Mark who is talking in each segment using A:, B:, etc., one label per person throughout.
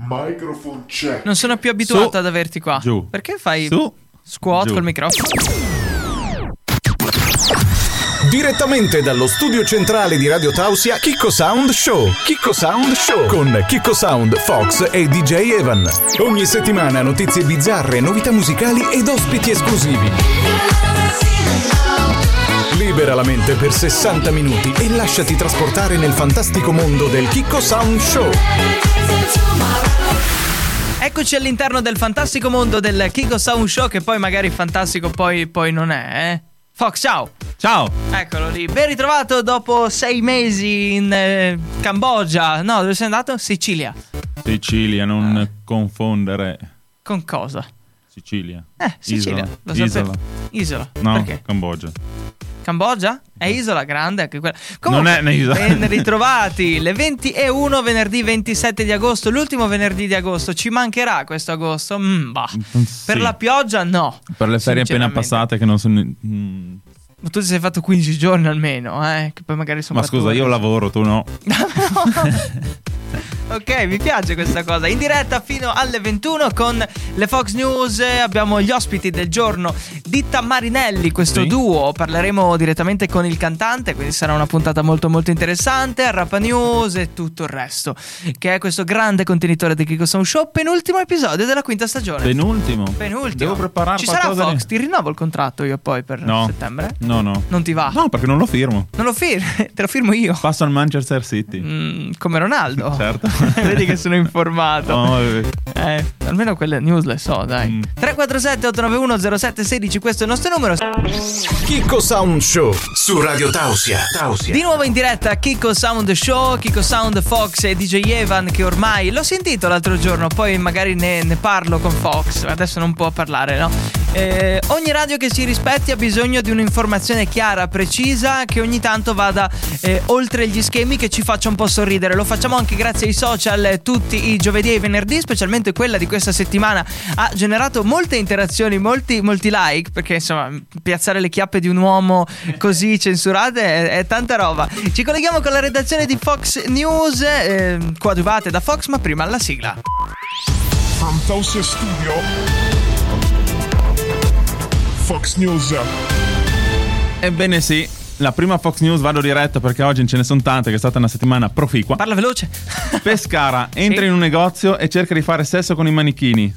A: Microphone check.
B: Non sono più abituato
C: Su.
B: ad averti qua.
C: Giù.
B: Perché fai
C: Su.
B: squat
C: Giù.
B: col microfono?
D: Direttamente dallo studio centrale di Radio Tausia, Chicco Sound Show. Chicco Sound Show con Chicco Sound, Fox e DJ Evan. Ogni settimana notizie bizzarre, novità musicali ed ospiti esclusivi. Libera la mente per 60 minuti e lasciati trasportare nel fantastico mondo del Chicco Sound Show.
B: Eccoci all'interno del fantastico mondo del Kiko Sound Show, che poi magari fantastico poi, poi non è, eh? Fox, ciao!
C: Ciao.
B: Eccolo lì, ben ritrovato dopo sei mesi in eh, Cambogia. No, dove sei andato? Sicilia.
C: Sicilia, non
B: Ah.
C: confondere
B: Con cosa?
C: Sicilia.
B: Eh, Sicilia.
C: Isola.
B: Lo sapevo.
C: Isola.
B: Isola.
C: No,
B: Perché?
C: Cambogia.
B: Cambogia? È isola grande anche quella.
C: Non è un'isola.
B: Ben ritrovati. Le 20 e 1 venerdì 27 di agosto, l'ultimo venerdì di agosto. Ci mancherà questo agosto? Mm, bah.
C: Sì.
B: Per la pioggia no.
C: Per le ferie appena
B: Sinceramente.
C: passate che non sono... Mm.
B: Ma tu ti sei fatto 15 giorni almeno, eh? Che poi magari sono
C: Ma
B: quattro
C: scusa, io
B: ore.
C: lavoro, tu no.
B: Ok, mi piace questa cosa. In diretta fino alle 21 con le Fox News eh, abbiamo gli ospiti del giorno. Ditta Marinelli, questo
C: Sì.
B: duo, parleremo direttamente con il cantante, quindi sarà una puntata molto molto interessante. Rapa News e tutto il resto, che è questo grande contenitore di Kiko Sound Show, penultimo episodio della quinta stagione.
C: Penultimo.
B: penultimo.
C: Devo preparare
B: Ci sarà
C: qualcosa di-
B: Fox, ti rinnovo il contratto io poi per
C: No.
B: settembre?
C: No, no.
B: Non ti va?
C: No, perché non lo firmo.
B: Non lo firmo, te lo firmo io.
C: Passo al Manchester City.
B: Mm, come Ronaldo.
C: Certo.
B: Vedi che sono informato.
C: No, eh,
B: Eh, almeno quelle news le so, dai.
C: Mm.
B: 347-891-0716, questo è il nostro numero.
D: Chicco Sound Show su Radio Tausia. Tausia.
B: Di nuovo in diretta Kiko Sound Show, Kiko Sound Fox e DJ Evan che ormai l'ho sentito l'altro giorno, poi magari ne, ne parlo con Fox, adesso non può parlare, no? Eh, ogni radio che si rispetti ha bisogno di un'informazione chiara, precisa, che ogni tanto vada eh, oltre gli schemi, che ci faccia un po' sorridere. Lo facciamo anche grazie ai social eh, tutti i giovedì e venerdì, specialmente quella di questa settimana ha generato molte interazioni, molti, molti like, perché insomma piazzare le chiappe di un uomo così censurate è, è tanta roba. Ci colleghiamo con la redazione di Fox News, eh, coadiuvate da Fox, ma prima la sigla.
A: From Tausia Studio. Fox News.
C: Ebbene sì, la prima Fox News vado diretta perché oggi ce ne sono tante, che è stata una settimana proficua.
B: Parla veloce.
C: Pescara entra in un negozio e cerca di fare sesso con i manichini.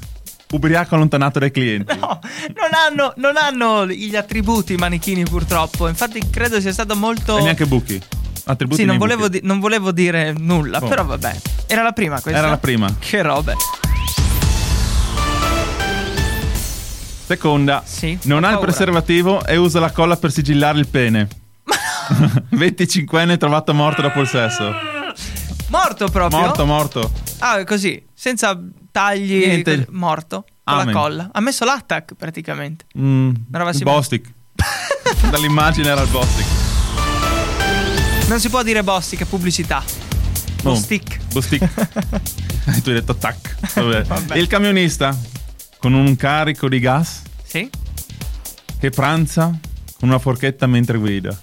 C: Ubriaco allontanato dai clienti.
B: No, non hanno, non hanno gli attributi i manichini purtroppo, infatti credo sia stato molto...
C: E neanche buchi. Attributi
B: Sì, non
C: nei
B: volevo,
C: buchi.
B: di- non volevo dire nulla,
C: Oh.
B: però vabbè. Era la prima questa.
C: Era la prima.
B: Che robe.
C: Seconda.
B: Sì,
C: non
B: ho
C: ha il
B: paura.
C: preservativo e usa la colla per sigillare il pene. 25enne trovato morto dopo il sesso.
B: Morto proprio.
C: Morto, morto.
B: Ah, così, senza tagli,
C: Niente.
B: così, morto, con
C: Amen.
B: la colla. Ha messo l'attack praticamente.
C: Mm,
B: Brava,
C: il
B: sì.
C: Bostic. Dall'immagine era il Bostic.
B: Non si può dire bostic, è pubblicità.
C: Oh. Boom.
B: Bostic.
C: Bostic. tu hai detto tac. Vabbè. Il camionista con un carico di gas
B: Sì?
C: che pranza con una forchetta mentre guida.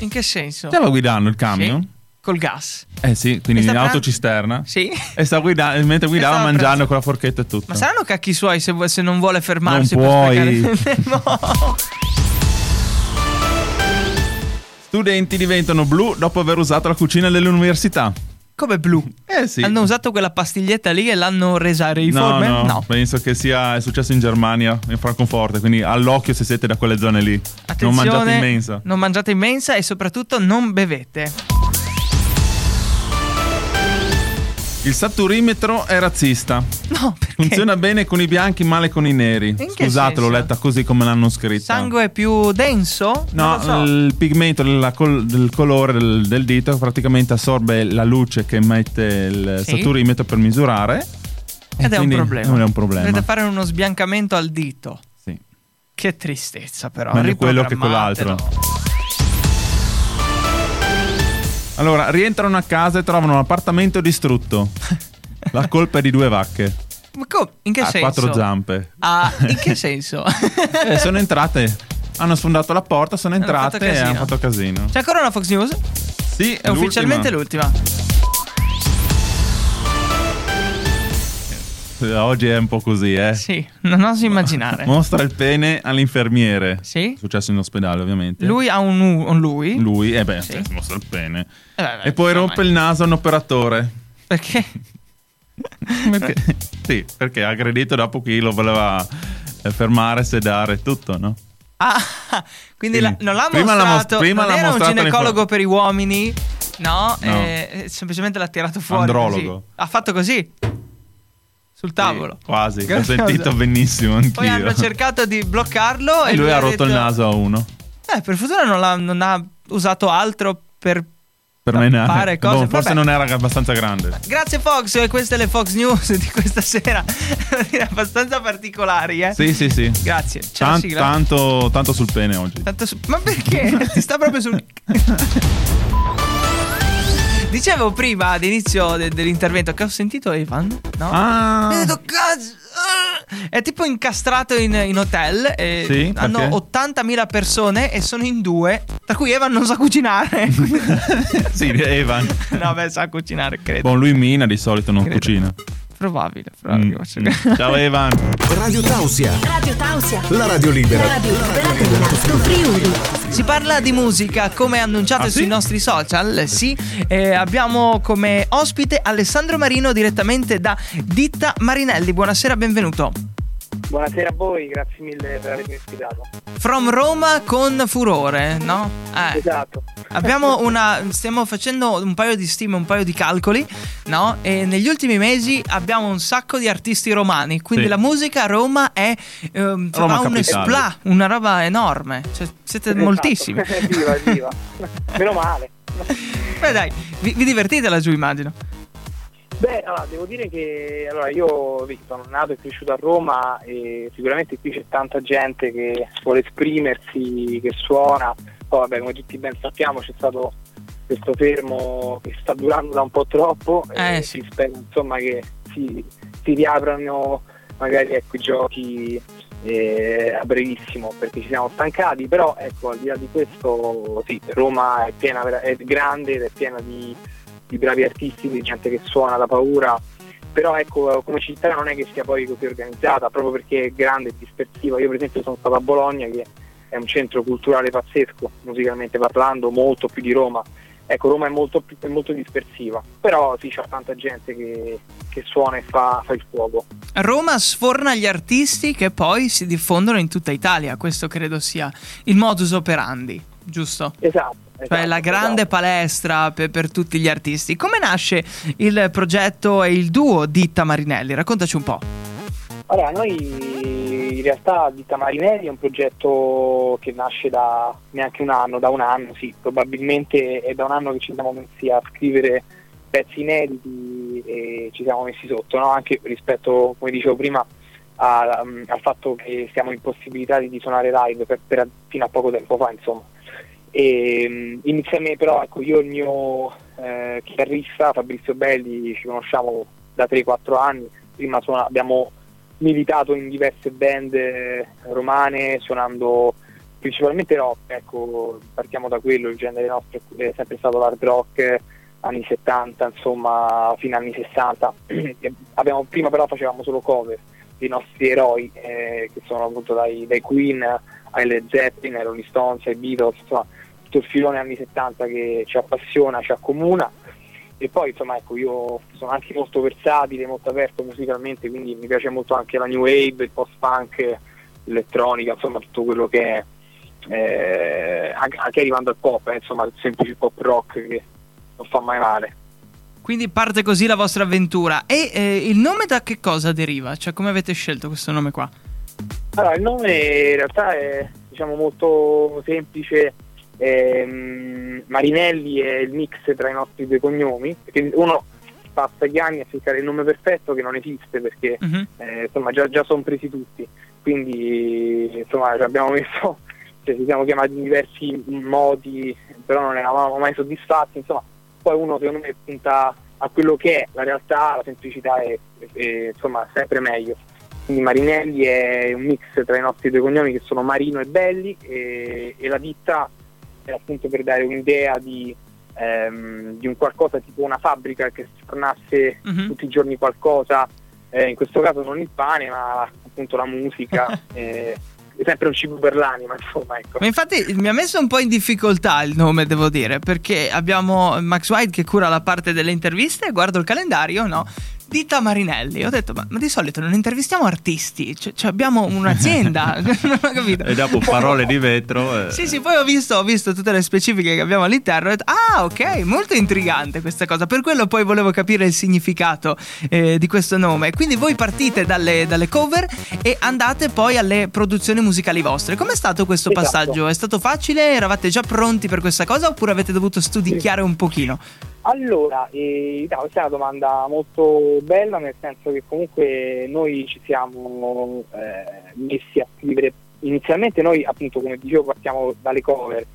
B: In che senso?
C: Stava guidando il
B: Sì?
C: camion?
B: Col gas.
C: Eh sì, quindi
B: E sta
C: in
B: pran-
C: autocisterna.
B: Sì?
C: E stava guidando, mentre guidava
B: stava pranzo-
C: mangiando con la forchetta e tutto.
B: Esatto. Ma saranno cacchi suoi se, vu- se non vuole fermarsi
C: Non
B: per
C: puoi.
B: sprecare- no.
C: Studenti diventano blu dopo aver usato la cucina dell'università.
B: Come blu.
C: Eh sì.
B: Hanno usato quella pastiglietta lì e l'hanno resa
C: No,
B: reiforme?
C: no,
B: no.
C: penso che sia è successo in Germania, in Francoforte, quindi all'occhio se siete da quelle zone lì. non
B: Attenzione,
C: mangiate in mensa.
B: Non mangiate in mensa e soprattutto non bevete.
C: Il saturimetro è razzista.
B: No, perché
C: Funziona bene con i bianchi, male con i neri.
B: che
C: Scusate, l'ho
B: senso?
C: letta così come l'hanno
B: il
C: scritta.
B: sangue è più denso? Non
C: No,
B: lo so.
C: il pigmento della col- del colore del, del dito praticamente assorbe la luce che emette il
B: Sì.
C: saturimetro per misurare. E
B: Ed è un
C: quindi
B: problema.
C: Non è un problema.
B: Dovete fare uno sbiancamento al dito.
C: Sì.
B: Che tristezza, però.
C: Meglio quello che
B: Riprogrammatelo.
C: quell'altro. Allora, rientrano a casa e trovano un appartamento distrutto. La colpa è di due vacche.
B: Ma come? In che
C: a
B: senso?
C: quattro zampe.
B: Ah, in che senso?
C: Eh, sono entrate. Hanno sfondato la porta, sono
B: Hanno fatto
C: entrate e hanno
B: casino. Cioè,
C: fatto casino.
B: C'è ancora una Fox News?
C: Sì,
B: È ufficialmente l'ultima.
C: oggi è un po' così, eh.
B: Sì, non oso immaginare.
C: Mostra il pene all'infermiere.
B: Sì.
C: È successo in ospedale, ovviamente.
B: Lui ha un, u- un lui.
C: Lui, eh beh,
B: Sì.
C: cioè, mostra il pene.
B: Eh, vabbè,
C: E poi
B: insomma,
C: rompe il naso a un operatore.
B: Perché?
C: Perché? sì, perché ha aggredito dopo chi lo voleva eh, fermare, sedare e tutto, no?
B: Ah, quindi
C: Sì.
B: la- non l'ha
C: Prima l'ha mos-
B: mostrato.
C: prima
B: non
C: l'ha
B: era un
C: mostrato
B: ginecologo
C: l'info-
B: per i uomini. No,
C: No.
B: eh, semplicemente l'ha tirato fuori.
C: Andrologo.
B: così. Ha fatto così. Sul tavolo.
C: Sì, quasi, l'ho
B: Grandioso.
C: sentito benissimo anch'io.
B: Poi hanno cercato di bloccarlo e,
C: E lui ha rotto
B: detto-
C: il naso a uno.
B: Eh, per fortuna non, l'ha- non ha usato altro per...
C: Per me
B: Tappare
C: neanche.
B: cose,
C: Boh, forse
B: vabbè.
C: non era abbastanza grande.
B: Grazie Fox, e queste le Fox News di questa sera. Abbastanza particolari, eh.
C: Sì, sì, sì.
B: Grazie. Ciao
C: Tan-
B: sigla.
C: tanto, tanto sul pene oggi.
B: Tanto su- Ma perché? Ti sta proprio sul. Dicevo prima all'inizio de- dell'intervento che ho sentito Evan, no? Mi ha
C: Ah,
B: detto, "Cazzo, ah!" È tipo incastrato in, in hotel. E
C: Sì,
B: hanno
C: perché?
B: 80.000 persone e sono in due. Tra cui Evan non sa cucinare.
C: sì, Evan.
B: no, beh, sa cucinare, credo.
C: Con lui Mina di solito non
B: Credo. Ah,
C: cucina.
B: Probabile,
C: Boh. Mm.
B: probabile.
C: Mm. Ciao Evan.
D: Radio Tausia,
E: Radio Tausia.
D: la radio libera.
E: La radio libera dell'Alto Friuli.
B: Si parla di musica come annunciato
C: Ah,
B: sui
C: sì?
B: nostri social, sì. Eh, abbiamo come ospite Alessandro Marino direttamente da Ditta Marinelli. Buonasera, benvenuto.
F: Buonasera a voi, grazie mille per avermi ospitato.
B: From Roma con furore, no? Eh.
F: Esatto.
B: Abbiamo una. Stiamo facendo un paio di stime, un paio di calcoli, no? E negli ultimi mesi abbiamo un sacco di artisti romani. Quindi
C: Sì.
B: la musica a Roma è. ehm,
C: Roma
B: fa un
C: capitale.
B: esplat, una roba enorme. Cioè, siete
F: Esatto.
B: moltissimi.
F: viva, viva. Meno male.
B: Beh, dai, vi, vi divertite laggiù, immagino.
F: Beh, allora, devo dire che allora, io vi- sono nato e cresciuto a Roma e sicuramente qui c'è tanta gente che vuole esprimersi, che suona. Poi, vabbè, come tutti ben sappiamo, c'è stato questo fermo che sta durando da un po' troppo e
B: Eh, sì.
F: si spera insomma che si, si riaprano magari ecco, i giochi eh, a brevissimo perché ci siamo stancati, però ecco, al di là di questo, sì, Roma è, piena, vera- è grande ed è piena di di bravi artisti, di gente che suona da paura, però ecco come città non è che sia poi così organizzata, proprio perché è grande e dispersiva. Io per esempio sono stato a Bologna che è un centro culturale pazzesco, musicalmente parlando, molto più di Roma. Ecco, Roma è molto, più- è molto dispersiva, però sì, c'è tanta gente che, che suona e fa, fa il fuoco.
B: Roma sforna gli artisti che poi si diffondono in tutta Italia. Questo credo sia il modus operandi, giusto?
F: Esatto.
B: Cioè
F: esatto,
B: la grande
F: esatto.
B: palestra per, per tutti gli artisti. Come nasce il progetto e il duo Ditta Marinelli? Raccontaci un po'.
F: Allora, noi in realtà Ditta Marinelli è un progetto che nasce da neanche un anno, da un anno, sì, probabilmente è da un anno che ci siamo messi a scrivere pezzi inediti e ci siamo messi sotto, no? anche rispetto, come dicevo prima, a- um, al fatto che siamo impossibilitati di suonare live per- per- fino a poco tempo fa, insomma. E, um, inizialmente però ecco, io e il mio eh, chitarrista Fabrizio Belli ci conosciamo da 3-4 anni, prima suona- abbiamo militato in diverse band eh, romane suonando principalmente rock, ecco, partiamo da quello, il genere nostro è sempre stato l'hard rock eh, anni 70, insomma, fino agli anni 60. E abbiamo- prima però facevamo solo cover dei nostri eroi, eh, che sono appunto dai, dai Queen ai Led Zeppelin, ai Rolling Stones, ai Beatles, insomma, tutto il filone anni 70 che ci appassiona, ci accomuna. E poi insomma ecco io sono anche molto versatile, molto aperto musicalmente, quindi mi piace molto anche la new wave, il post punk, l'elettronica, insomma tutto quello che è eh, anche anche arrivando al pop, eh, insomma il semplice pop rock che non fa mai male.
B: Quindi parte così la vostra avventura. E eh, il nome da che cosa deriva? Cioè come avete scelto questo nome qua?
F: Allora, il nome in realtà è diciamo, molto semplice. Ehm, Marinelli è il mix tra i nostri due cognomi, perché uno passa gli anni a cercare il nome perfetto che non esiste perché
B: Mhm.
F: eh, insomma già, già sono presi tutti, quindi insomma ci abbiamo messo, cioè, ci siamo chiamati in diversi modi, però non eravamo mai soddisfatti, insomma poi uno secondo me punta a quello che è la realtà, la semplicità è, è, insomma sempre meglio. Quindi Marinelli è un mix tra i nostri due cognomi che sono Marino e Belli e, e la ditta era appunto per dare un'idea di, ehm, di un qualcosa tipo una fabbrica che sfornasse
B: Mhm.
F: tutti i giorni qualcosa eh, in questo caso non il pane ma appunto la musica, eh, è sempre un cibo per l'anima insomma ecco.
B: Ma infatti mi ha messo un po' in difficoltà il nome, devo dire, perché abbiamo Max White che cura la parte delle interviste, guardo il calendario, no? Dita Marinelli, ho detto, ma, ma di solito non intervistiamo artisti, cioè, cioè abbiamo un'azienda, non ho capito.
G: E dopo parole di vetro. eh,
B: Sì, sì, poi ho visto, ho visto tutte le specifiche che abbiamo all'interno. Ho detto, ah, ok, molto intrigante questa cosa. Per quello poi volevo capire il significato eh, di questo nome. Quindi voi partite dalle, dalle cover e andate poi alle produzioni musicali vostre. Com'è stato questo
F: Esatto.
B: passaggio? È stato facile? Eravate già pronti per questa cosa oppure avete dovuto studicchiare un pochino?
F: Allora, eh, no, questa è una domanda molto bella, nel senso che comunque noi ci siamo eh, messi a scrivere. Inizialmente noi, appunto, come dicevo, partiamo dalle cover.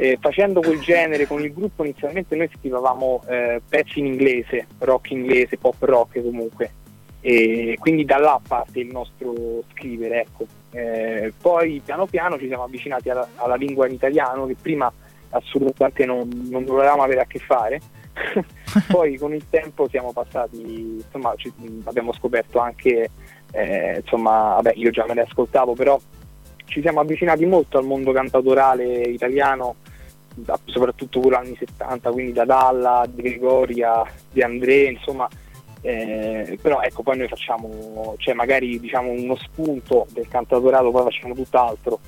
F: Eh, facendo quel genere con il gruppo inizialmente noi scrivevamo eh, pezzi in inglese, rock inglese, pop rock comunque. E quindi da là parte il nostro scrivere, ecco. Eh, poi piano piano ci siamo avvicinati alla, alla lingua in italiano che prima assolutamente non, non dovevamo avere a che fare. Poi con il tempo siamo passati, insomma, ci- abbiamo scoperto anche, eh, insomma, vabbè, io già me ne ascoltavo, però ci siamo avvicinati molto al mondo cantautorale italiano, da- soprattutto quello anni 70, quindi da Dalla, De Gregoria, De André, insomma, eh, però ecco, poi noi facciamo, cioè magari diciamo uno spunto del cantautorato, poi facciamo tutt'altro.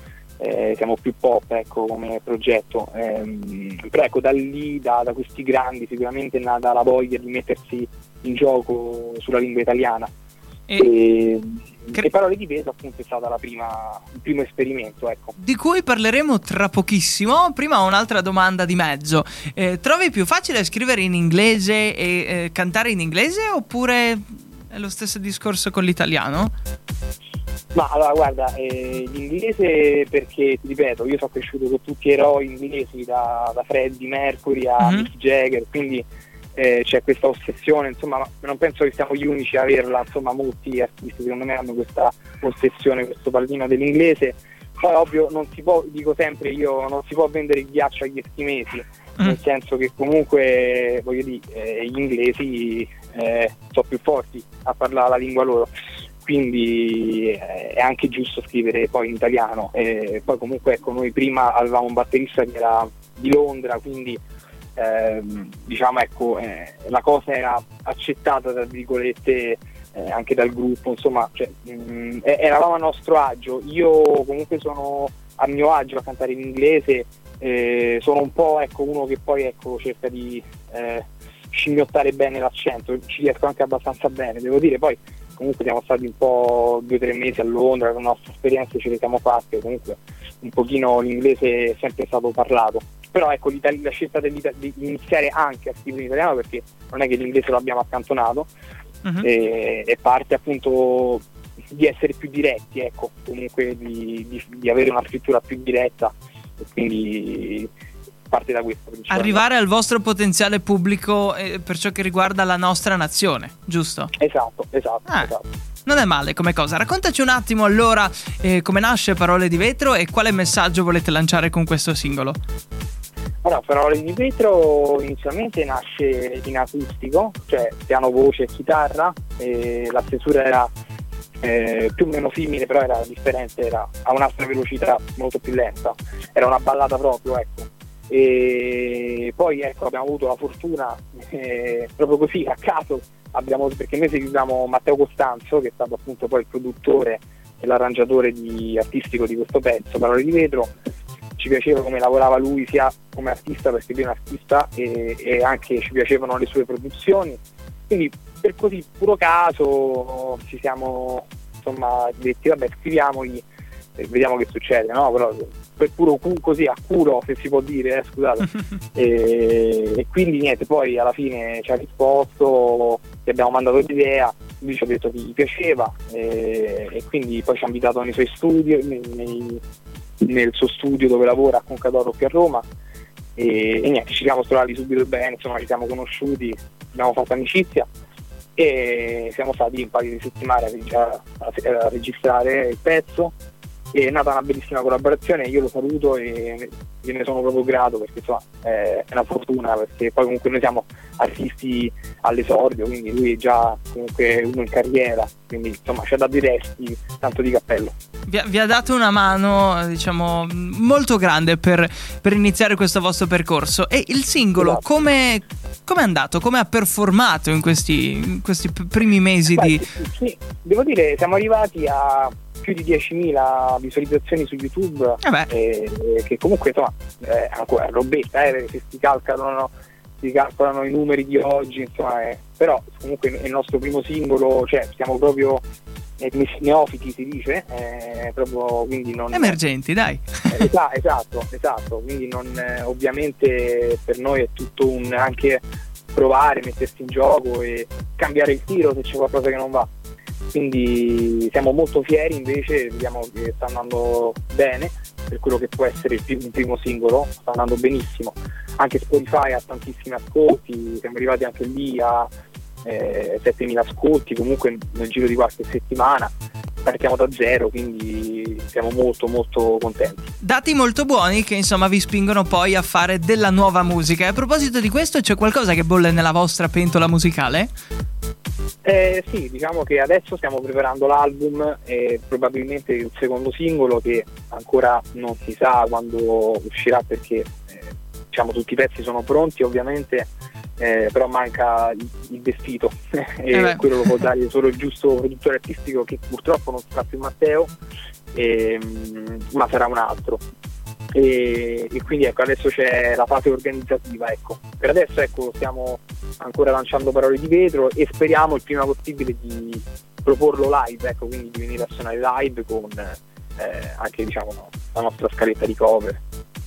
F: Eh, siamo più pop ecco, come progetto, Ehm, però ecco, da lì, da, da questi grandi, sicuramente è nata la voglia di mettersi in gioco sulla lingua italiana.
B: E
F: E,
B: cre-
F: e Parole di peso appunto è stato il primo esperimento. Ecco.
B: di cui parleremo tra pochissimo. Prima ho un'altra domanda di mezzo. Eh, trovi più facile scrivere in inglese e eh, cantare in inglese oppure è lo stesso discorso con l'italiano?
F: Ma allora guarda, eh, l'inglese perché ti ripeto, io sono cresciuto con tutti gli eroi inglesi, da, da Freddie Mercury a
B: Mhm.
F: Mick Jagger, quindi eh, c'è questa ossessione, insomma, ma non penso che siamo gli unici a averla, insomma, molti artisti secondo me hanno questa ossessione, questo pallino dell'inglese. Poi ovvio non si può, dico sempre io, non si può vendere il ghiaccio agli eschimesi,
B: Mm.
F: nel senso che comunque voglio dire eh, gli inglesi eh, sono più forti a parlare la lingua loro quindi eh, è anche giusto scrivere poi in italiano Eh, poi comunque ecco noi prima avevamo un batterista che era di Londra quindi ehm, diciamo ecco eh, la cosa era accettata tra virgolette eh, anche dal gruppo insomma cioè, mm, e- eravamo a nostro agio io comunque sono a mio agio a cantare in inglese eh, sono un po' ecco, uno che poi ecco, cerca di eh, scimmiottare bene l'accento, ci riesco anche abbastanza bene, devo dire, poi comunque siamo stati un po' due o tre mesi a Londra, con la nostra esperienza ce le siamo fatte, comunque un pochino l'inglese è sempre stato parlato, però ecco l'Italia, la scelta dell'Ita- di iniziare anche a scrivere in italiano perché non è che l'inglese l'abbiamo accantonato
B: Mhm.
F: e, e parte appunto di essere più diretti, ecco, comunque di, di- di avere una scrittura più diretta e quindi parte da questo. principalmente.
B: Arrivare al vostro potenziale pubblico eh, per ciò che riguarda la nostra nazione, giusto?
F: Esatto, esatto,
B: Ah.
F: esatto.
B: Non è male come cosa. Raccontaci un attimo allora eh, come nasce Parole di Vetro e quale messaggio volete lanciare con questo singolo.
F: Allora, Parole di vetro inizialmente nasce in acustico, cioè piano, voce e chitarra, e la stesura era eh, più o meno simile, però era differente, era a un'altra velocità molto più lenta, era una ballata proprio, ecco. E poi ecco, abbiamo avuto la fortuna, eh, proprio così, a caso, abbiamo, perché noi seguiamo Matteo Costanzo, che è stato appunto poi il produttore e l'arrangiatore di- artistico di questo pezzo, Parole di vetro, ci piaceva come lavorava lui sia come artista perché lui è un artista e, e anche ci piacevano le sue produzioni quindi per così puro caso ci siamo insomma detti vabbè scriviamogli e vediamo che succede no? però per puro cu- così a curo se si può dire eh, scusate e, e quindi niente poi alla fine ci ha risposto gli abbiamo mandato l'idea lui ci ha detto che gli piaceva e, e quindi poi ci ha invitato nei suoi studi nei- nei- nel suo studio dove lavora a Concadoro qui a Roma e, e niente ci siamo trovati subito bene insomma ci siamo conosciuti abbiamo fatto amicizia e siamo stati un paio di settimane a, a- a registrare il pezzo è nata una bellissima collaborazione, io lo saluto e gliene sono proprio grato perché insomma eh, è una fortuna perché poi comunque noi siamo artisti all'esordio, quindi lui è già comunque uno in carriera, quindi insomma c'è da dire resti tanto di cappello.
B: Vi ha, vi ha dato una mano, diciamo, molto grande per, per iniziare questo vostro percorso. E il singolo,
F: Esatto.
B: come come è andato? Come ha performato in questi, in questi p- primi mesi
F: Beh,
B: di...
F: sì, sì, devo dire siamo arrivati a più di 10.000 visualizzazioni su YouTube
B: Eh beh.
F: eh, che comunque insomma è ancora robetta eh, se si calcolano, si calcolano i numeri di oggi insomma eh. però comunque è il nostro primo singolo cioè siamo proprio eh, messi neofiti si dice eh, proprio quindi non
B: Emergenti, dai.
F: eh, esa- esatto, esatto, quindi non, eh, ovviamente per noi è tutto un anche provare, mettersi in gioco e cambiare il tiro se c'è qualcosa che non va. Quindi siamo molto fieri invece, vediamo che sta andando bene per quello che può essere il primo, il primo singolo, sta andando benissimo. Anche Spotify ha tantissimi ascolti, siamo arrivati anche lì a eh, 7.000 ascolti comunque nel giro di qualche settimana. Partiamo da zero, quindi siamo molto molto contenti.
B: Dati molto buoni che insomma vi spingono poi a fare della nuova musica. E a proposito di questo, c'è qualcosa che bolle nella vostra pentola musicale?
F: Eh, sì, diciamo che adesso stiamo preparando l'album e probabilmente il secondo singolo che ancora non si sa quando uscirà perché eh, diciamo tutti i pezzi sono pronti ovviamente, eh, però manca il, il vestito e
B: Eh beh.
F: quello lo può dare solo il giusto produttore artistico che purtroppo non sarà più Matteo, ehm, ma sarà un altro. E, e quindi ecco adesso c'è la fase organizzativa ecco. per adesso ecco stiamo ancora lanciando parole di vetro e speriamo il prima possibile di proporlo live, ecco, quindi di venire a suonare live con eh, anche diciamo no, la nostra scaletta di cover.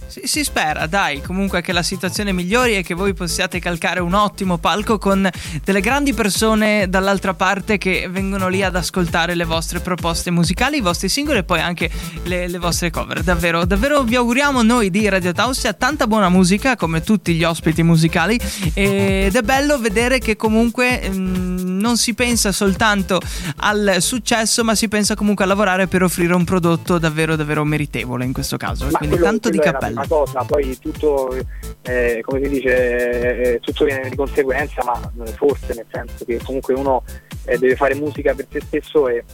B: Si, si spera, dai, comunque che la situazione migliori e che voi possiate calcare un ottimo palco con delle grandi persone dall'altra parte che vengono lì ad ascoltare le vostre proposte musicali, i vostri singoli e poi anche le, le vostre cover. Davvero, davvero vi auguriamo noi di Radio Tausia tanta buona musica come tutti gli ospiti musicali ed è bello vedere che comunque mm, non si pensa soltanto al successo ma si pensa comunque a lavorare per offrire un prodotto davvero davvero meritevole in questo caso.
F: Ma
B: Quindi
F: quello-
B: tanto di
F: quello è la
B: cappello.
F: prima cosa, poi tutto, eh, come si dice, eh, tutto viene di conseguenza, ma eh, forse nel senso che comunque uno eh, deve fare musica per se stesso e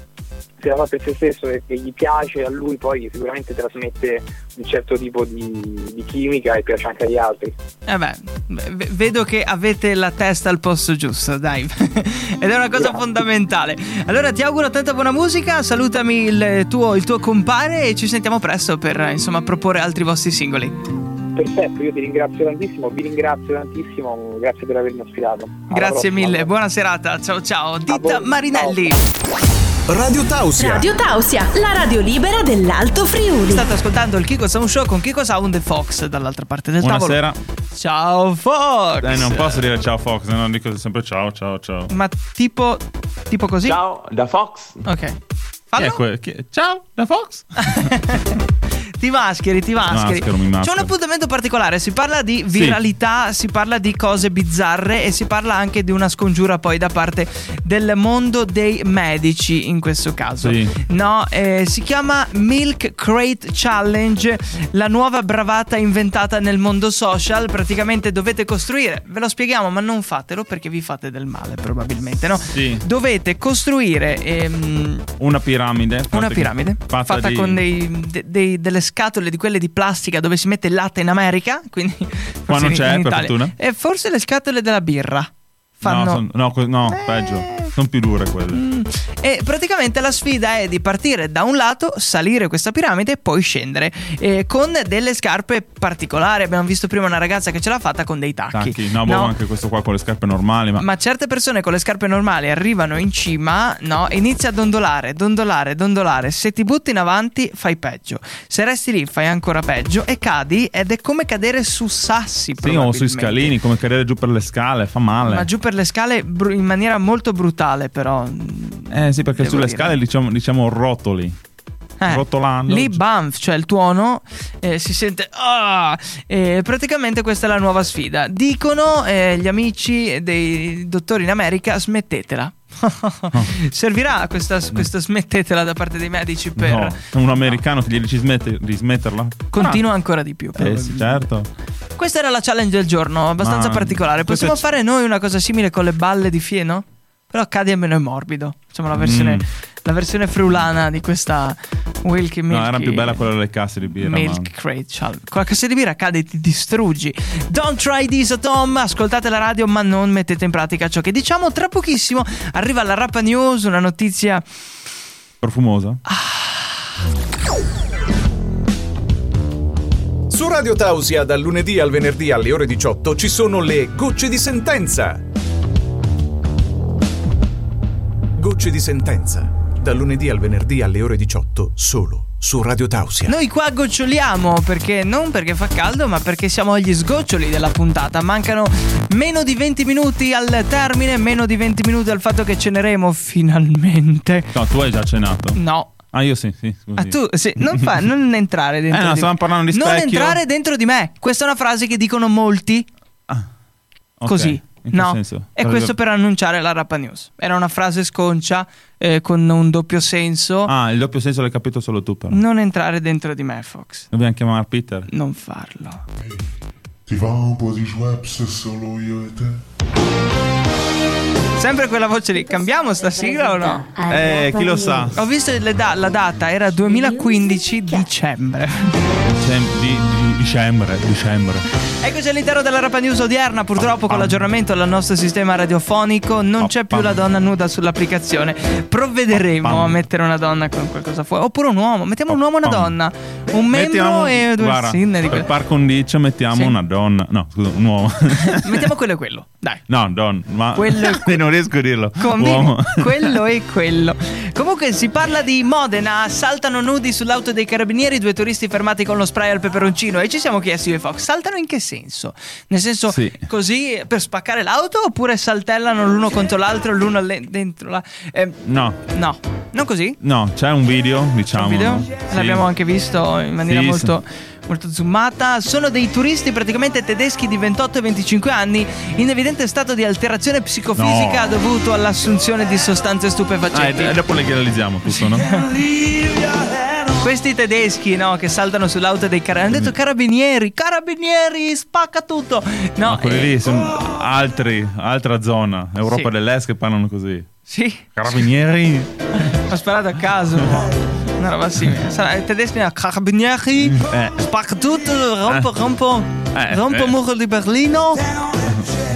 F: se la fa per se stesso e, e gli piace a lui poi sicuramente trasmette un certo tipo di, di chimica e piace anche agli altri.
B: Eh beh, v- vedo che avete la testa al posto giusto, dai. Ed è una cosa
F: Grazie.
B: fondamentale. Allora ti auguro tanta buona musica, salutami il tuo, il tuo compare e ci sentiamo presto per eh, insomma proporre altri vostri singoli.
F: Perfetto, io ti ringrazio tantissimo, vi ringrazio tantissimo, grazie per avermi ospitato. Alla
B: Grazie
F: prossima.
B: mille, buona serata, ciao ciao. Ditta
F: voi,
B: Marinelli.
D: Radio Tausia.
E: Radio Tausia, la radio libera dell'Alto Friuli.
B: State ascoltando il Kiko Sound Show con Kiko Sound e Fox dall'altra parte del
C: Buonasera.
B: tavolo. Ciao Fox!
C: Eh, non posso dire ciao Fox, no, dico sempre ciao, ciao, ciao.
B: Ma tipo tipo così?
H: Ciao da Fox.
B: Ok.
C: Chi è
B: Fallo.
C: que- chi- Ciao, da Fox?
B: Ti mascheri, ti mascheri.
C: maschero, mi
B: C'è
C: maschero.
B: un appuntamento particolare, si parla di viralità, si parla di cose bizzarre e si parla anche di una scongiura poi da parte del mondo dei medici in questo caso.
C: Sì.
B: No, eh, si chiama Milk Crate Challenge, la nuova bravata inventata nel mondo social. Praticamente dovete costruire, ve lo spieghiamo, ma non fatelo perché vi fate del male probabilmente, no?
C: Sì.
B: Dovete costruire... ehm,
C: Una piramide. fatta
B: una
C: di-
B: piramide fatta,
C: di-
B: con dei- de- dei- delle scatole di quelle di plastica dove si mette il latte in America. Quindi
C: Qua
B: forse
C: non
B: in-
C: c'è,
B: in
C: per
B: Italia.
C: fortuna.
B: E forse le scatole della birra fanno.
C: No, son- no, que- no,
B: Eh.
C: peggio. Sono più dure quelle.
B: Mm. E praticamente la sfida è di partire da un lato, salire questa piramide e poi scendere eh, con delle scarpe particolari. Abbiamo visto prima una ragazza che ce l'ha fatta con dei tacchi.
C: Tacchi. No, boh, anche questo qua con le scarpe normali, ma...
B: Ma certe persone con le scarpe normali arrivano in cima, no? E Inizia a dondolare, dondolare, dondolare. Se ti butti in avanti fai peggio. Se resti lì fai ancora peggio e cadi ed è come cadere su sassi.
C: Sì, o sui
B: probabilmente.
C: scalini, come cadere giù per le scale, fa male.
B: Ma giù per le scale bru- in maniera molto brutale però.
C: Eh sì, perché
B: Devo
C: sulle
B: dire.
C: scale diciamo, diciamo rotoli.
B: Eh,
C: rotolando.
B: Lì banff, cioè il tuono, eh, si sente... Ah! Eh, praticamente questa è la nuova sfida. Dicono eh, gli amici dei dottori in America, smettetela. Servirà questa, questa smettetela da parte dei medici per...
C: No, un americano che gli dici smette, di smetterla?
B: Continua ancora di più.
C: Ah, eh sì, certo.
B: Questa era la challenge del giorno, abbastanza
C: Ma-
B: particolare.
C: questa
B: Possiamo
C: c-
B: fare noi una cosa simile con le balle di fieno? Però cade meno morbido. Diciamo la versione,
C: Mm.
B: la versione friulana di questa Wilkie Milky
C: No, era più bella quella delle casse di birra. ma-
B: Milk Crate Challenge. Con la cassa di birra cade e ti distruggi. Don't try this at home. Ascoltate la radio, ma non mettete in pratica ciò che diciamo. Tra pochissimo arriva la Rapa News, una notizia
C: Profumosa.
B: Ah.
D: Su Radio Tausia dal lunedì al venerdì alle ore 18 ci sono le gocce di sentenza. Gocce di sentenza. Dal lunedì al venerdì alle ore 18 solo su Radio Tausia.
B: Noi qua goccioliamo perché non perché fa caldo, ma perché siamo agli sgoccioli della puntata. Mancano meno di 20 minuti al termine, meno di 20 minuti al fatto che ceneremo finalmente.
C: No, tu hai già cenato.
B: No.
C: Ah, io sì, sì. scusi.
B: Ah, tu sì, non, fa- non entrare dentro.
C: Eh, no,
B: di
C: stavamo parlando di
B: Non
C: specchio.
B: entrare dentro di me. Questa è una frase che dicono molti
C: Ok,
B: così.
C: In che
B: No,
C: senso?
B: e questo per annunciare la Rapa News. Era una frase sconcia eh, con un doppio senso.
C: Ah, il doppio senso l'hai capito solo tu, però.
B: Non entrare dentro di me, Fox.
C: Dobbiamo chiamare Peter.
B: Non farlo.
A: Ti va un po' di schweppes solo io e te?
B: Sempre quella voce lì. Cambiamo sta sigla o no?
C: Eh, chi lo sa?
B: Ho visto le da- la data, era 2015 dicembre.
C: Dicem- di- di- dicembre, dicembre.
B: Eccoci all'interno della Rapa News odierna, purtroppo con l'aggiornamento al nostro sistema radiofonico non c'è più la donna nuda sull'applicazione. Provvederemo a mettere una donna con qualcosa fuori, oppure un uomo, mettiamo un uomo e una donna, un membro
C: Mettiamo-
B: e due
C: guarda,
B: sinne di
C: per
B: quello.
C: par condicio mettiamo
B: Sì.
C: una donna. No, scusa, un uomo.
B: Mettiamo quello e quello, dai.
C: no, don, ma
B: Quello è que-
C: non riesco a dirlo.
B: Combini
C: uomo.
B: quello e quello. Comunque si parla di Modena, saltano nudi sull'auto dei carabinieri, due turisti fermati con lo spray al peperoncino e ci siamo chiesti io e Fox, saltano in che senso? Nel senso
C: Sì.
B: così per spaccare l'auto oppure saltellano l'uno contro l'altro, l'uno alle- dentro la... eh,
C: No,
B: no, non così.
C: no, c'è un video, diciamo.
B: Il video
C: no? Sì.
B: l'abbiamo anche visto in maniera
C: Sì, sì.
B: molto, molto zoomata. Sono dei turisti praticamente tedeschi di 28 e 25 anni in evidente stato di alterazione psicofisica
C: No.
B: dovuto all'assunzione di sostanze
C: Ah, e
B: stupefacenti.
C: e dopo le realizziamo tutto, no?
B: Questi tedeschi no, che saltano sull'auto dei carabinieri
C: Mm.
B: hanno detto carabinieri, carabinieri, spacca tutto. No,
C: Ma quelli
B: eh,
C: lì sono altri, altra zona, Europa
B: Sì.
C: dell'Est che parlano così.
B: sì,
C: Carabinieri?
B: ho sparato a caso. Una roba simile. Sarà- I tedeschi no, carabinieri,
C: Eh.
B: spacca tutto, rompo, rompo,
C: Eh,
B: rompo
C: eh.
B: muro di Berlino.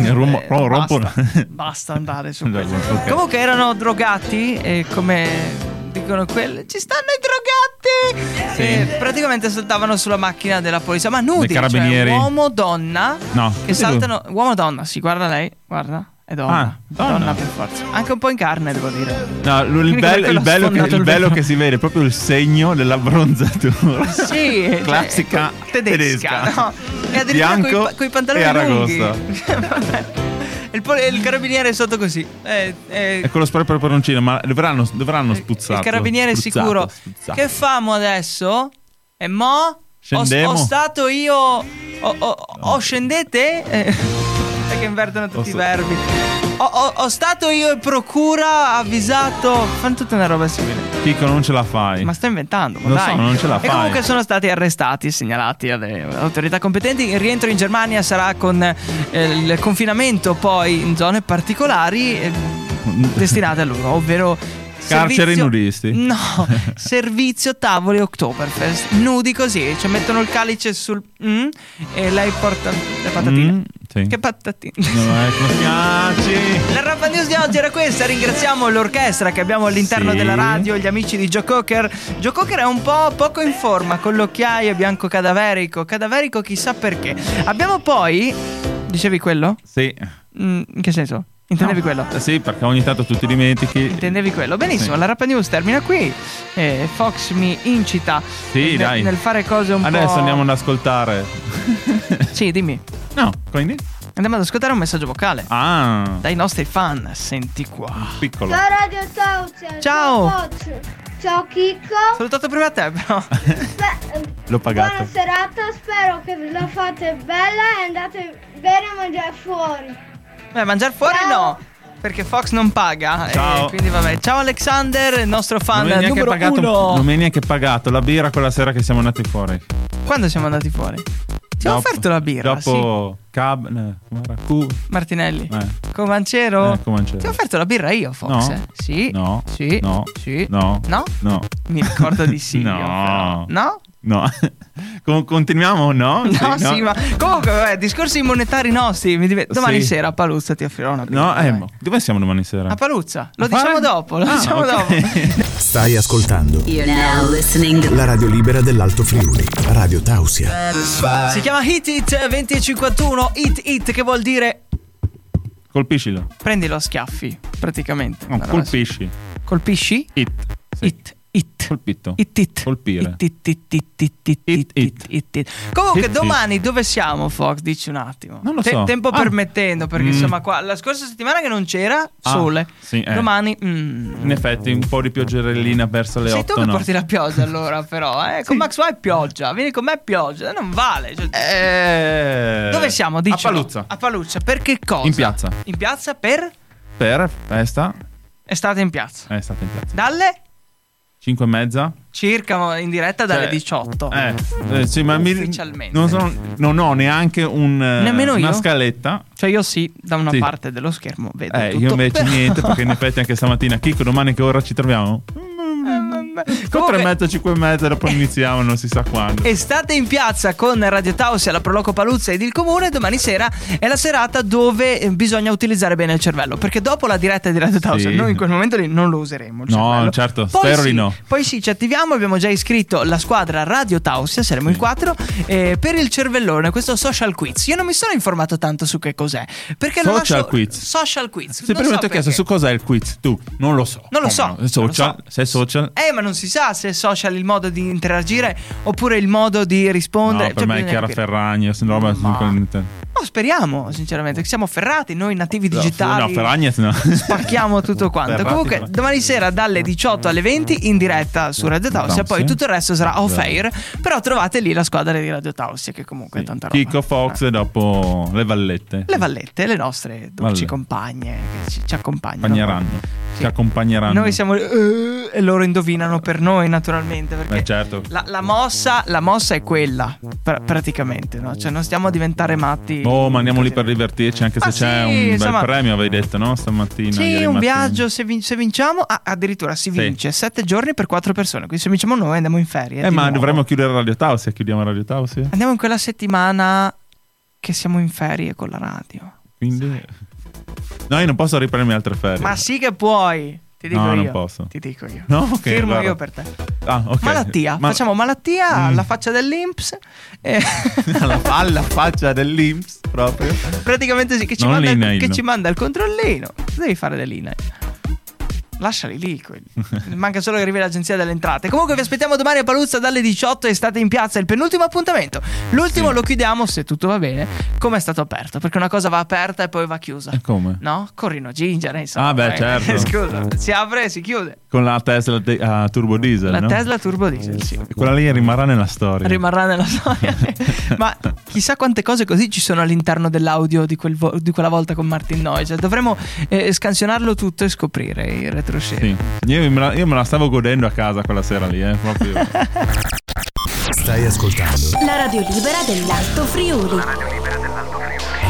C: Rom- rom- rompo-
B: Eh, Basta, Oh, basta andare su
C: Andiamo,
B: questo.
C: ok.
B: Comunque erano drogati e come dicono quelli ci stanno i drogati.
C: Sì.
B: E praticamente saltavano sulla macchina della polizia, ma nudi,
C: Dei
B: cioè
C: carabinieri.
B: uomo donna
C: No,
B: che
C: sì, lui.
B: saltano uomo donna, si guarda lei, guarda. È donna,
C: Ah, donna.
B: per forza. Anche un po' in carne, devo dire.
C: No, lo- il,
B: Quindi
C: bello,
B: quello
C: il bello che,
B: sfondato
C: il
B: al
C: bello
B: vetro.
C: che si vede è proprio il segno dell'abbronzatura.
B: Sì, cioè,
C: Classica
B: tedesca.
C: tedesca.
B: No? E addirittura
C: Bianco
B: coi, pa- coi pantaloni
C: e
B: lunghi.
C: aragosta.
B: Vabbè. il, pol- il carabiniere è sotto così. Eh, eh,
C: E con lo spray per peperoncino, ma dovranno, dovranno spuzzato.
B: Il carabiniere
C: spruzzato,
B: sicuro.
C: spruzzato.
B: Che famo adesso? E mo?
C: Scendemo?
B: Ho, ho stato io. Ho, ho- ho scendete? Eh, perché invertono tutti i
C: sta-
B: verbi. Ho, ho- ho stato io in procura, avvisato. Fanno tutta una roba simile.
C: Chico, non ce la fai.
B: Ma sto inventando. Ma
C: Lo
B: dai.
C: so, non ce la
B: E
C: fai.
B: comunque sono stati arrestati, segnalati alle autorità competenti. Il rientro in Germania sarà con eh, il confinamento poi in zone particolari. eh, destinate a loro, ovvero
C: Carcere
B: servizio-
C: nudisti.
B: No, servizio tavoli Oktoberfest. Nudi così, cioè mettono il calice sul mm, e lei porta le patatine.
C: Mm, sì.
B: Che patatine.
C: No, ecco, schiacci.
B: La Rapa News di oggi era questa, ringraziamo l'orchestra che abbiamo all'interno
C: Sì.
B: della radio, gli amici di Joe Cocker. Joe Cocker è un po' poco in forma, con l'occhiaio bianco cadaverico, cadaverico chissà perché. Abbiamo poi... Dicevi quello?
C: Sì.
B: Mm, in che senso? Intendevi quello?
C: Eh Sì, perché ogni tanto tu ti dimentichi.
B: Intendevi quello? Benissimo,
C: Sì.
B: la Rapa News termina qui. Eh, Fox mi incita
C: Sì,
B: nel,
C: dai.
B: nel fare cose un po'.
C: Adesso andiamo ad ascoltare.
B: Sì, dimmi.
C: No, quindi?
B: Andiamo ad ascoltare un messaggio vocale
C: Ah,
B: dai nostri fan. Senti qua.
C: piccolo.
H: Ciao Radio Tausia.
B: Ciao.
H: Fox. Ciao Chicco.
B: Salutato prima te, però.
H: Spe-
C: L'ho pagato.
H: Buona serata, spero che ve la fate bella e andate bene a mangiare fuori.
B: Beh, mangiare fuori
H: Ciao.
B: no. Perché Fox non paga. eh,
C: Ciao.
B: quindi vabbè. Ciao Alexander, il nostro fan
C: Non mi hai neanche
B: numero
C: pagato,
B: uno.
C: non mi hai neanche pagato la birra quella sera che siamo andati fuori. Ti
B: Quando siamo andati fuori? Ti ho offerto la birra,
C: Dopo Cab. eh, come era? Cu-
B: sì. Martinelli.
C: eh.
B: Comancero.
C: Eh, Comancero.
B: Ti ho offerto la birra io, Fox.
C: No.
B: Sì.
C: No.
B: Sì.
C: No.
B: Sì.
C: No.
B: No?
C: No.
B: Mi ricordo di sì. io,
C: No.
B: però. No?
C: No. Con- continuiamo o no?
B: No, sì, ma comunque, vabbè, discorsi monetari nostri. mi dive- Domani
C: Sì.
B: sera a Paluzza ti offrirò una birra.
C: No, eh,
B: dai.
C: ma dove siamo domani sera?
B: A Paluzza. Lo
C: A
B: diciamo
C: Palermo?
B: dopo, lo
C: Ah,
B: diciamo
C: ok.
B: dopo.
D: Stai ascoltando
E: You're now listening to
D: la radio libera dell'Alto Friuli, Radio Tausia.
B: Si chiama Hit It 20 e 51 Hit It che vuol dire
C: Colpiscilo.
B: prendilo a schiaffi, praticamente.
C: No,
B: Una roba sì.
C: colpisci.
B: Colpisci?
C: It. Sì.
B: It it.
C: Colpito.
B: It it.
C: Colpire.
B: It it it it it it
C: It,
B: it it
C: it.
B: it it. Comunque
C: It, it.
B: domani dove siamo Fox? Dici un attimo.
C: Non lo so.
B: Tempo
C: Ah.
B: permettendo perché
C: Mm.
B: insomma qua la scorsa settimana che non c'era
C: Ah,
B: sole.
C: sì, eh.
B: Domani mm.
C: In effetti, un po' di pioggerellina verso le
B: Sei
C: 8.
B: tu che
C: no?
B: porti la pioggia allora però, eh? Con Max Y pioggia, vieni con me pioggia, non vale. Cioè,
C: Eh,
B: Dove siamo? Dicelo.
C: A Paluzza.
B: A Paluzza, per che cosa?
C: In piazza.
B: In piazza per
C: Per festa.
B: estate in piazza.
C: Eh, state in piazza.
B: Dalle
C: 5 e mezza.
B: circa ma in diretta dalle
C: Cioè,
B: 18.
C: Eh, eh, sì, ma mi-
B: Ufficialmente.
C: non, sono- non ho neanche un, eh,
B: Nemmeno
C: una
B: io.
C: scaletta.
B: Cioè io sì, da una
C: Sì.
B: parte dello schermo vedo
C: Eh,
B: tutto,
C: io invece
B: però-
C: niente, perché in effetti anche stamattina, Chicco, domani che ora ci troviamo? Mm, Con
B: Comunque,
C: tre e mezza, cinque e mezza, dopo iniziamo, non si sa quando.
B: Estate in piazza con Radio Taos e la Proloco Paluzza ed il Comune. Domani sera è la serata dove eh, bisogna utilizzare bene il cervello. Perché dopo la diretta di Radio Taos,
C: Sì.
B: noi in quel momento lì non lo useremo. il
C: No,
B: cervello.
C: certo,
B: Poi
C: spero
B: sì,
C: di no.
B: Poi sì, ci attiviamo. Abbiamo già iscritto la squadra Radio Taos, saremo in quattro. eh, per il cervellone, questo social quiz. Io non mi sono informato tanto su che cos'è. Perché lo
C: Social
B: lascio-
C: quiz.
B: Social quiz.
C: Se
B: non
C: prima
B: so
C: ti ho
B: perché.
C: chiesto su cos'è il quiz, tu non lo so.
B: Non lo
C: Come
B: so.
C: Eh, no?
B: non lo
C: Social,
B: so.
C: se è social.
B: Eh, ma non si sa se è social il modo di interagire oppure il modo di rispondere.
C: No, per
B: Cioè,
C: me è
B: bisogna
C: Chiara
B: capire.
C: Ferragni, se no, ma-
B: No, speriamo, sinceramente, che siamo ferrati noi nativi
C: No,
B: digitali.
C: Ferragni no.
B: Spacchiamo tutto quanto.
C: Ferrati,
B: Comunque,
C: Ferragni.
B: domani sera dalle 18 alle 20 in diretta su Radio Tausia.
C: Tausia.
B: Poi tutto il resto sarà off
C: Bravo.
B: air. Però trovate lì la squadra di Radio Tausia, che comunque è tanta roba. Ah,
C: Chicco Fox e dopo le vallette.
B: Le vallette, le nostre dolci
C: Valle.
B: compagne che ci, ci accompagnano.
C: accompagneranno.
B: Sì.
C: Ci accompagneranno.
B: Noi siamo. eh, e loro indovinano per noi, naturalmente. Perché
C: Beh, certo.
B: eh, la, la mossa, la mossa è quella, pra- praticamente. No? Cioè, non stiamo a diventare matti.
C: Oh, ma andiamo lì per divertirci, anche se
B: Ma
C: c'è
B: sì,
C: un bel
B: insomma-
C: premio, avevi detto, no? Stamattina.
B: Sì,
C: ieri
B: un
C: mattina.
B: viaggio. Se, vin- se vinciamo, ah, addirittura si
C: Sì.
B: vince sette giorni per quattro persone. Quindi se vinciamo noi andiamo Eh, in ferie.
C: Eh,
B: di
C: ma
B: nuovo.
C: dovremmo chiudere Radio Tausia. Chiudiamo Radio Tausia.
B: Andiamo in quella settimana che siamo in ferie con la radio.
C: Quindi. No, io non posso riprendermi altre ferie.
B: Ma sì che puoi. Ti dico io.
C: No, non posso.
B: Ti dico io.
C: No, ok,
B: Firmo
C: guarda.
B: io per te.
C: Ah, ok.
B: Malattia.
C: Ma- Mm.
B: Facciamo malattia alla faccia dell'Inps. E
C: alla, alla faccia dell'Inps proprio.
B: Eh, praticamente sì, che ci,
C: Non
B: manda,
C: l'INAIL.
B: che ci manda il controllino. Cosa Devi fare dell'INAIL. Lasciali lì. quelli. Manca solo che arrivi l'agenzia delle entrate. Comunque vi aspettiamo domani a Paluzza dalle 18 e state in piazza. Il penultimo appuntamento. L'ultimo lo chiudiamo, se tutto va bene, come è stato aperto. Perché una cosa va aperta e poi va chiusa.
C: E Eh, come?
B: No? Corrino Ginger, insomma.
C: Ecco. Ah, beh,
B: Eh,
C: certo.
B: Scusa, si apre e si chiude.
C: Con la Tesla de- a turbo diesel.
B: La
C: no?
B: Tesla Turbo Diesel, sì.
C: Quella lì rimarrà nella storia.
B: rimarrà nella storia. Ma chissà quante cose così ci sono all'interno dell'audio di, quel vo- di quella volta con Martin Noyes. Dovremmo eh, scansionarlo tutto e scoprire il retroscena.
C: Sì. Io me, la, io me la stavo godendo a casa quella sera lì, eh. Proprio.
D: Stai ascoltando
E: la radio libera dell'Alto Friuli.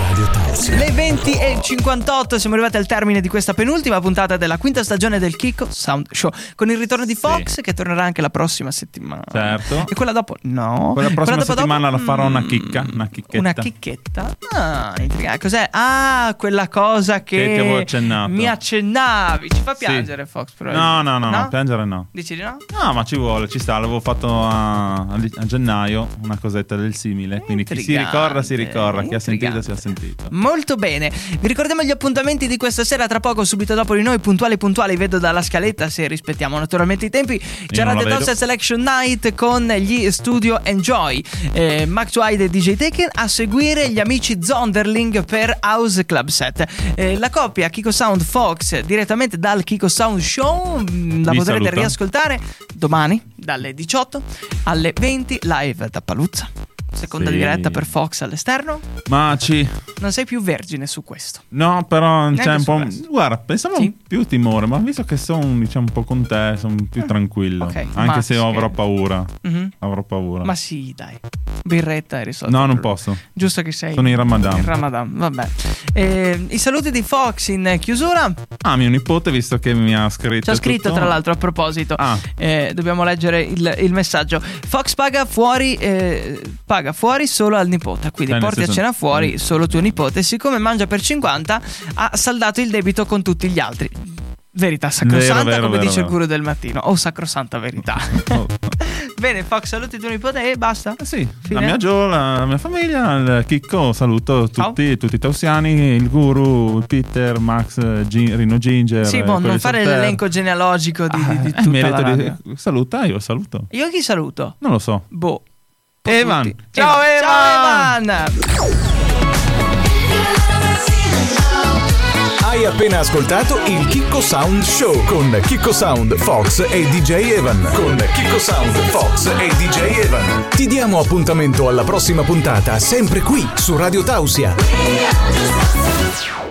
D: Radio Tausia.
B: Le 20 e 58 siamo arrivati al termine di questa penultima puntata della quinta stagione del Kiko Sound Show con il ritorno di Fox che tornerà anche la prossima settimana.
C: Certo.
B: E quella dopo no.
C: Quella prossima
B: dopo
C: settimana la farò una
B: mm,
C: chicca, una chicchetta.
B: Una chicchetta. Ah, intrigante. Cos'è? Ah, quella cosa che,
C: Che ti avevo accennato.
B: Mi accennavi. Ci fa
C: Sì.
B: piangere Fox però.
C: No, no, no, no, piangere no.
B: Dici di no?
C: No, ma ci vuole, ci sta. L'avevo fatto a, a gennaio una cosetta del simile. Quindi chi si
B: Intrigante,
C: ricorda, si ricorda. Chi ha sentito, si
B: intrigante.
C: ha sentito.
B: molto bene. Vi ricordiamo gli appuntamenti di questa sera, tra poco, subito dopo di noi, puntuali puntuali, vedo dalla scaletta se rispettiamo naturalmente i tempi. C'è
C: non la
B: Radio
C: vedo.
B: Tausia Selection Night con gli Studio Enjoy, eh, Max Wide e DJ Taken a seguire gli amici Zonderling per House Club Set. Eh, la coppia Kiko Sound Fox direttamente dal Kiko Sound Show, mm, la
C: Vi
B: potrete
C: saluta.
B: riascoltare domani dalle 18 alle 20 live da Paluzza. Seconda
C: Sì.
B: diretta per Fox all'esterno.
C: Ma ci.
B: Non sei più vergine su questo.
C: No, però
B: Neanche
C: c'è un
B: su
C: po'.
B: questo.
C: Guarda, pensavo
B: Sì.
C: più timore, ma visto che sono diciamo, un po' con te, sono più tranquillo.
B: Ah, ok.
C: Anche
B: Max,
C: se avrò
B: che-
C: paura.
B: Mhm.
C: Avrò paura.
B: Ma sì, dai. Birretta e risolto.
C: no, non
B: il problema.
C: posso.
B: Giusto che sei.
C: Sono in Ramadan.
B: Il Ramadan, vabbè. Eh, I saluti di Fox in chiusura.
C: Ah, mio nipote, visto che mi ha scritto.
B: Ci ha scritto,
C: tutto-
B: tra l'altro, a proposito.
C: Ah.
B: Eh, dobbiamo leggere il, il messaggio. Fox paga fuori, eh, paga fuori solo al nipote. Quindi
C: Dai, nel
B: porti a
C: senso- Mm.
B: cena fuori solo tuo nipote. Siccome mangia per 50, ha saldato il debito con tutti gli altri. Verità sacrosanta,
C: Vero, vero,
B: come
C: vero,
B: dice il
C: vero.
B: guru del mattino. O sacrosanta verità.
C: Oh.
B: Bene, Fox, saluti tuo nipote e basta.
C: Eh Sì,
B: Fine.
C: la mia Giola, la mia famiglia, il Chicco, saluto
B: Ciao.
C: tutti, tutti i tausiani, il guru, il Peter, Max, Gi- Rino Ginger.
B: Sì,
C: eh,
B: boh,
C: quelli
B: non fare
C: sotterra.
B: l'elenco genealogico di, di, di
C: Eh,
B: tutta
C: merito
B: la
C: di-
B: radio.
C: Saluta, io saluto.
B: Io chi saluto?
C: Non lo so.
B: Boh.
C: Evan.
B: Tutti.
C: Ciao,
B: Ciao Evan!
D: Hai appena ascoltato il Chicco Sound Show con Chicco Sound, Fox e DJ Evan. Con Chicco Sound, Fox e DJ Evan. Ti diamo appuntamento alla prossima puntata, sempre qui su Radio Tausia.